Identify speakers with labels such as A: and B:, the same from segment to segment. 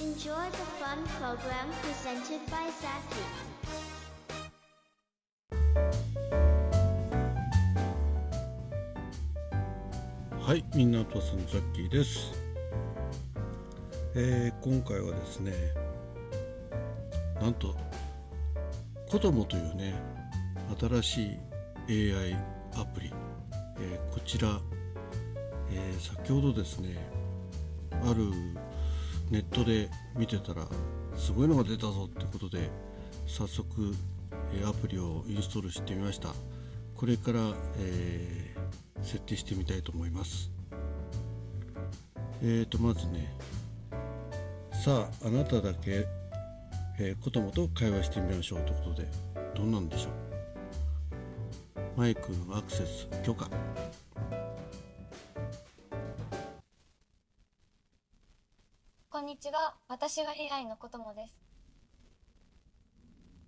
A: Enjoy the fun program presented by Zaki.
B: はい、みんなとすんザッキーです、えー今回はですねなんとコトモというね新しい AI アプリ、えーこちら、えー先ほどですねあるネットで見てたらすごいのが出たぞってことで早速、えーアプリをインストールしてみましたこれから、えー設定してみたいと思いますえーとまずねさああなただけ、えー、子供と会話してみましょうということでどんなんでしょうマイクのアクセス許可
C: こんにちは。私は以外のこともです。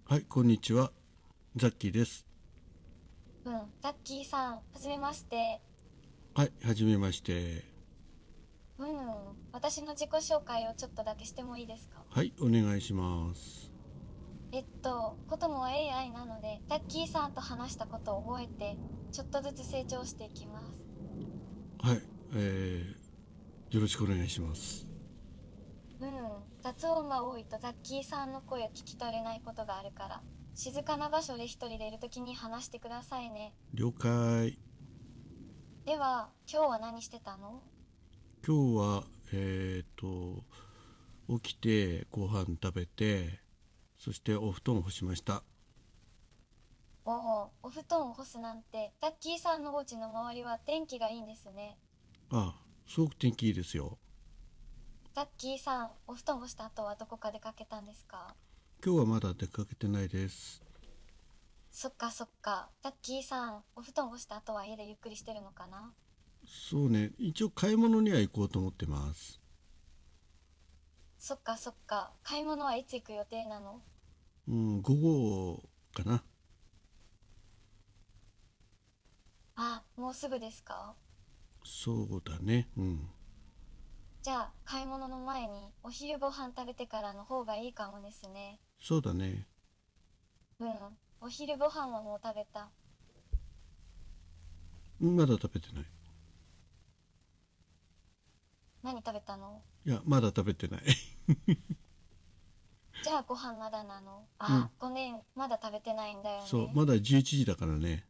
B: はいこんにちはザッキーです
C: うん。ザッキーさん、はじめまして。
B: はいはじめまして
C: うん。私の自己紹介をちょっとだけしてもいいですか
B: はいお願いします
C: えっと、ことも AI なので、ザッキーさんと話したことを覚えて、ちょっとずつ成長していきます。
B: はいえー、よろしくお願いします
C: うん。雑音が多いとザッキーさんの声を聞き取れないことがあるから、静かな場所で一人でいるときに話してくださいね。
B: 了解
C: では、今日は何してたの
B: 今日はえっ、と起きてご飯食べてそしてお布団を干しました
C: おお、お布団を干すなんて、ザッキーさんのお家の周りは天気がいいんですね。
B: あすごく天気いいですよ
C: ザッキーさん、お布団をした後はどこか出かけたんですか
B: 今日はまだ出かけてないです
C: そっかそっか。ザッキーさん、お布団をした後は家でゆっくりしてるのかな
B: そうね一応買い物には行こうと思ってます
C: そっかそっか。買い物はいつ行く予定なの
B: うん午後かな
C: あ、もうすぐですか
B: そうだねうん
C: じゃあ、買い物の前にお昼ご飯食べてからの方がいいかもですね。
B: そうだね
C: うん。お昼ご飯はもう食べた。
B: うんまだ食べてない
C: 何食べたの
B: いやまだ食べてない
C: じゃあご飯まだなのあ、ごめん。まだ食べてないんだよね。
B: そうまだ11時だからね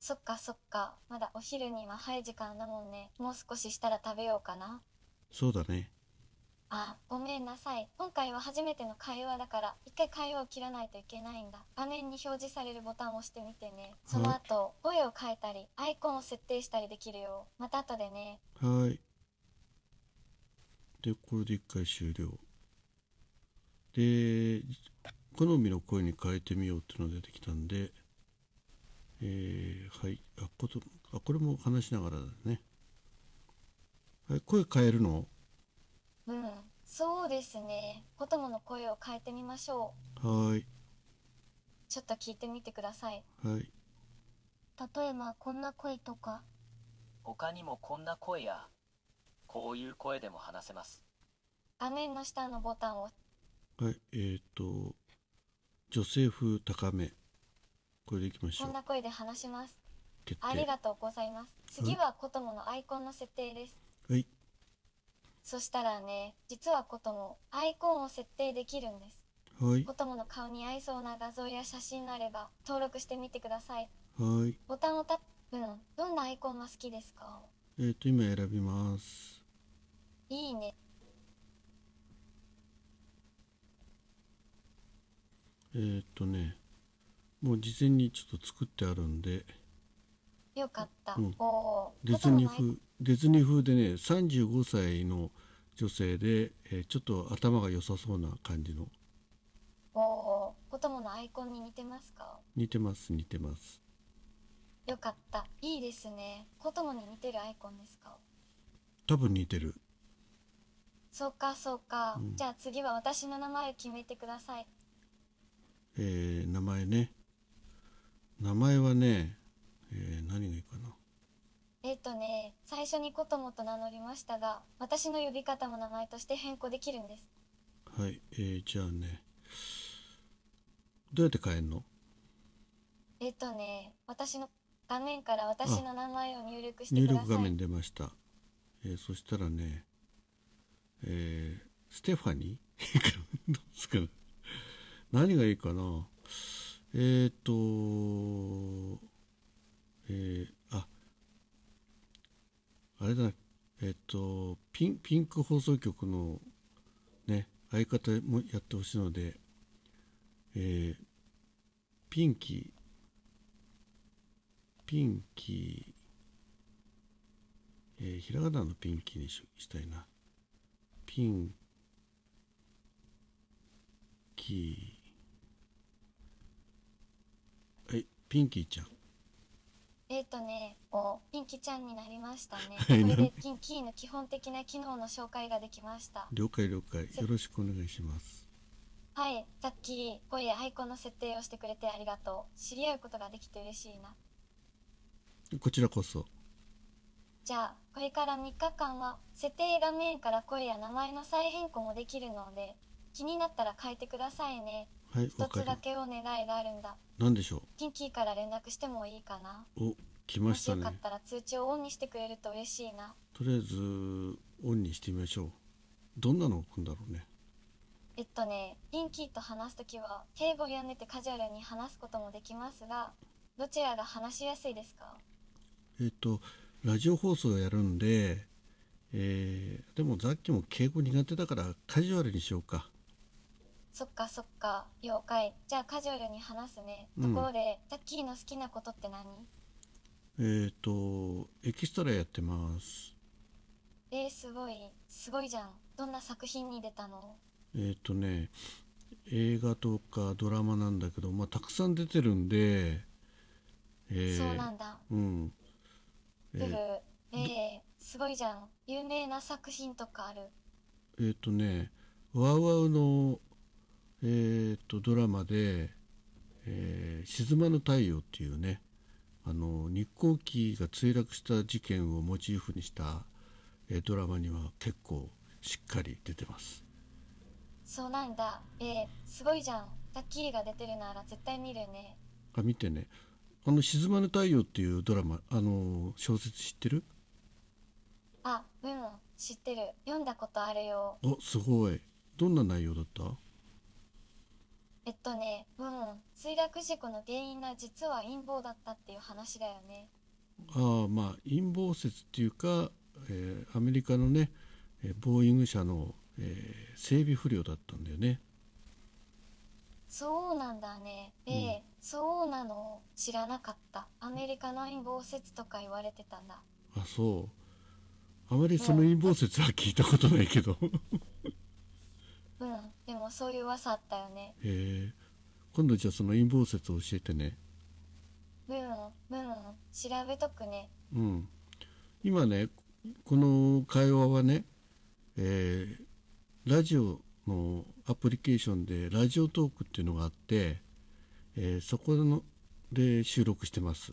C: そっかそっか。まだお昼には早い時間だもんね。もう少ししたら食べようかな。
B: そうだね
C: あ、ごめんなさい。今回は初めての会話だから、一回会話を切らないといけないんだ。画面に表示されるボタンを押してみてね。その後、声を変えたり、アイコンを設定したりできるよ。また後でね。
B: はーいでこれで一回終了で好みの声に変えてみようっていうのが出てきたんでえー、はいあことあこれも話しながらだねはい声変えるの
C: うん。そうですね。子供の声を変えてみましょ。
B: はーいう
C: ちょっと聞いてみてください。
B: はい
C: 例えば、こんな声とか。
D: 他にもこんな声やこういう声でも話せます
C: 画面の下のボタンを。
B: はいえー、と女性風高めこれでいきましょ
C: こ
B: うん
C: な声で話します。
B: 決定
C: ありがとうございます。次は子供のアイコンの設定です。
B: はい
C: そしたらね、実はこともアイコンを設定できるんです。
B: はい
C: こともの顔に合いそうな画像や写真があれば登録してみてください。
B: はい
C: ボタンをタップ、うん、どんなアイコンが好きですか
B: えー、と今選びます
C: いいね。
B: えー、っとねもう事前にちょっと作ってあるんで
C: よかった。
B: うん
C: おお。
B: ディズニー風ディズニー風でね35歳の女性で、えーちょっと頭が良さそうな感じの
C: おおー。ことものアイコンに似てますか
B: 似てます似てます
C: よかった。いいですね。こともに似てるアイコンですか
B: 多分似てる
C: そうかそうか。
B: うん
C: じゃあ次は私の名前を決めてください。
B: えー名前ね名前はね、えー何がいいかな
C: えっっとね、最初にコトモと名乗りましたが、私の呼び方も名前として変更できるんです。
B: はい、えー、じゃあねどうやって変えんの
C: えっとね、私の画面から私の名前を入力して
B: 入
C: ください。
B: 力画面出ました、えーそしたらね、えーステファニー どうすかね何がいいかなえっ、とえーああれだなえっ、とピンピンク放送局のね相方もやってほしいので、えーピンキーピンキーえーひらがなのピンキーにししたいな。ピンキー。はい、ピンキーちゃん。
C: えっとね、おピンキちゃんになりましたね。こ
B: い
C: れ
B: なん
C: でピンキーの基本的な機能の紹介ができました。
B: 了解了解。よろしくお願いします。
C: はい、さっき声やアイコンの設定をしてくれてありがとう。知り合うことができて嬉しいな。
B: こちらこそ。
C: じゃあ、これから3日間は、設定画面から声や名前の再変更もできるので、気になったら変えてくださいね。
B: はい、わ
C: 一
B: か
C: つ
B: り
C: だ
B: ま
C: けお願いがあるんだ。
B: なんでしょ
C: ピンキーから連絡してもいいかな。
B: う。お、来
C: も
B: まし
C: しよ
B: た
C: かっ
B: ね。
C: たら通知をオンにしてくれると嬉しいな。
B: とりあえず、オンにしてみましょう。どんなのを置くんだろうね。
C: えっとね、ピンキーと話すときは、敬語やめてカジュアルに話すこともできますが、どちらが話しやすいですか
B: えっ、と、ラジオ放送をやるんで、えーでもさっきも敬語苦手だからカジュアルにしようか。
C: そっかそっか、了解。じゃあカジュアルに話すね。
B: うん
C: ところで、ザッキーの好きなことって何
B: えっ、と、エキストラやってます。
C: えー、すごい。すごいじゃん。どんな作品に出たの
B: えっ、とね、映画とかドラマなんだけど、まあ、たくさん出てるんで、えー
C: そうなんだ。
B: うん。え
C: うる
B: ー。
C: えー、すごいじゃん。有名な作品とかある。
B: えーとね、ワウワウの、えー、とドラマで、えー沈まぬ太陽」っていうねあの日航機が墜落した事件をモチーフにした、えードラマには結構しっかり出てます。
C: そうなんだ。えー、すごいじゃん。ザッキーが出てるなら絶対見るね。
B: あ見てねあの「沈まぬ太陽」っていうドラマあの小説知ってる
C: あ、うん。知ってる。読んだことあるよ。
B: あすごいどんな内容だった
C: えっとね、うん、墜落事故の原因が実は陰謀だったっていう話だよね。
B: ああまあ陰謀説っていうか、えーアメリカのね、えーボーイング社の、えー整備不良だったんだよね
C: そうなんだね。ええそうなの知らなかった。アメリカの陰謀説とか言われてたんだ。
B: あそうあまりその陰謀説は聞いたことないけど へ
C: うん、でもそういう噂あったよね。
B: え今度じゃあその陰謀説を教えてね
C: うん、うん、調べとくね。
B: うん、今ねこの会話はね、えーラジオのアプリケーションでラジオトークっていうのがあって、えーそこので収録してます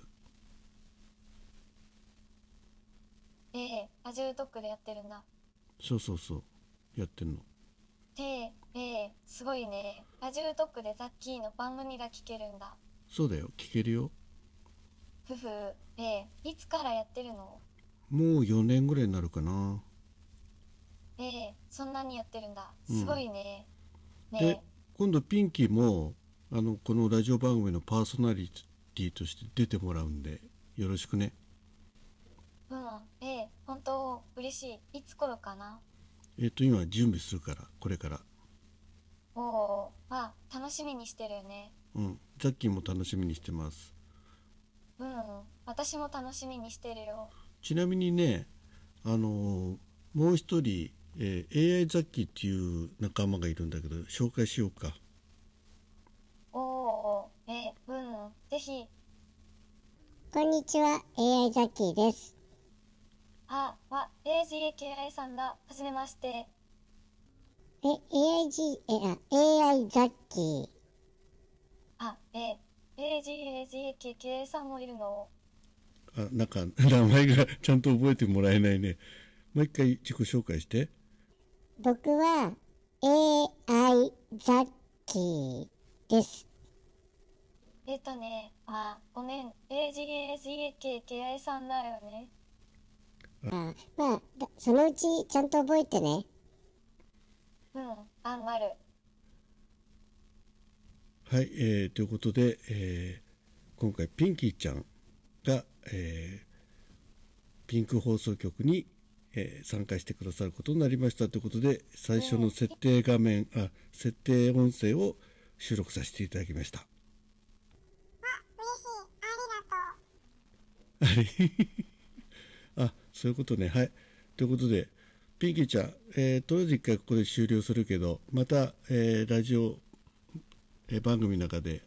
C: ええアジュートックでやってるんだ。
B: そうそうそうやってんの
C: で、ええすごいね。アジュートックでザッキーの番組が聞けるんだ。
B: そうだよ聞けるよ
C: ふふ、ええいつからやってるの
B: もう4年ぐらいになるかな
C: ええそんなにやってるんだ。
B: うん
C: すごいね。
B: で
C: ね
B: 今度ピンキーもあのこのラジオ番組のパーソナリティとして出てもらうんでよろしくね
C: え、うん、ええ本当、嬉しい。いつ頃かな
B: えっ、と今準備するからこれから
C: おお、まあ、楽しみにしてるね。
B: うんザッキーも楽しみにしてます
C: うん、私も楽しみにしてるよ。
B: ちなみにね、あのーもう一人、えー AI ザッキーっていう仲間がいるんだけど紹介しようか
C: おお、ええうん、ぜひ。
E: こんにちは、AI ザッキーです。
C: あ、わ、AGAKI さんだ。はじめまして。
E: え、AIG、え、あ、AI ザッキー。
C: あ、ええ AGAKI さんもいるの。
B: あなんか名前がちゃんと覚えてもらえないねもう一回自己紹介して
E: 僕は AI ザッキーです。
C: えっとね、あ、ごめん、AGSEKKI さんだよね。
E: あまあ、だそのうちちゃんと覚えてね。
C: うん、頑張る。
B: はい、えーということで、えー今回ピンキーちゃんが、えーピンク放送局に、えー参加してくださることになりましたということで最初の設定画面あ設定音声を収録させていただきました。ああそういうことねはいということでピンキーちゃん、えーとりあえず一回ここで終了するけどまた、えーラジオえー番組の中で、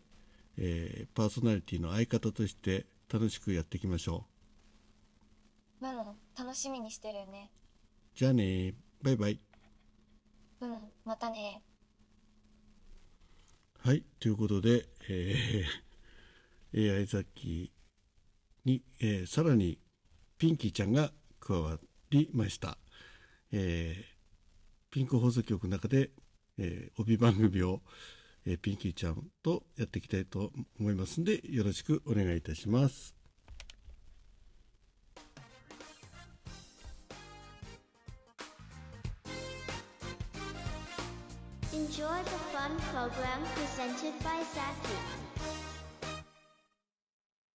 B: えーパーソナリティの相方として楽しくやっていきましょう
C: うん、楽しみにしてるね。
B: じゃあねーバイバイ
C: うん、またね。
B: はいということで、えー AI ザッキーに、えーさらにピンキーちゃんが加わりました、えーピンク放送局の中で、えー帯番組を、えーピンキーちゃんとやっていきたいと思いますんでよろしくお願いいたします
A: Enjoy the fun program presented by Zaki.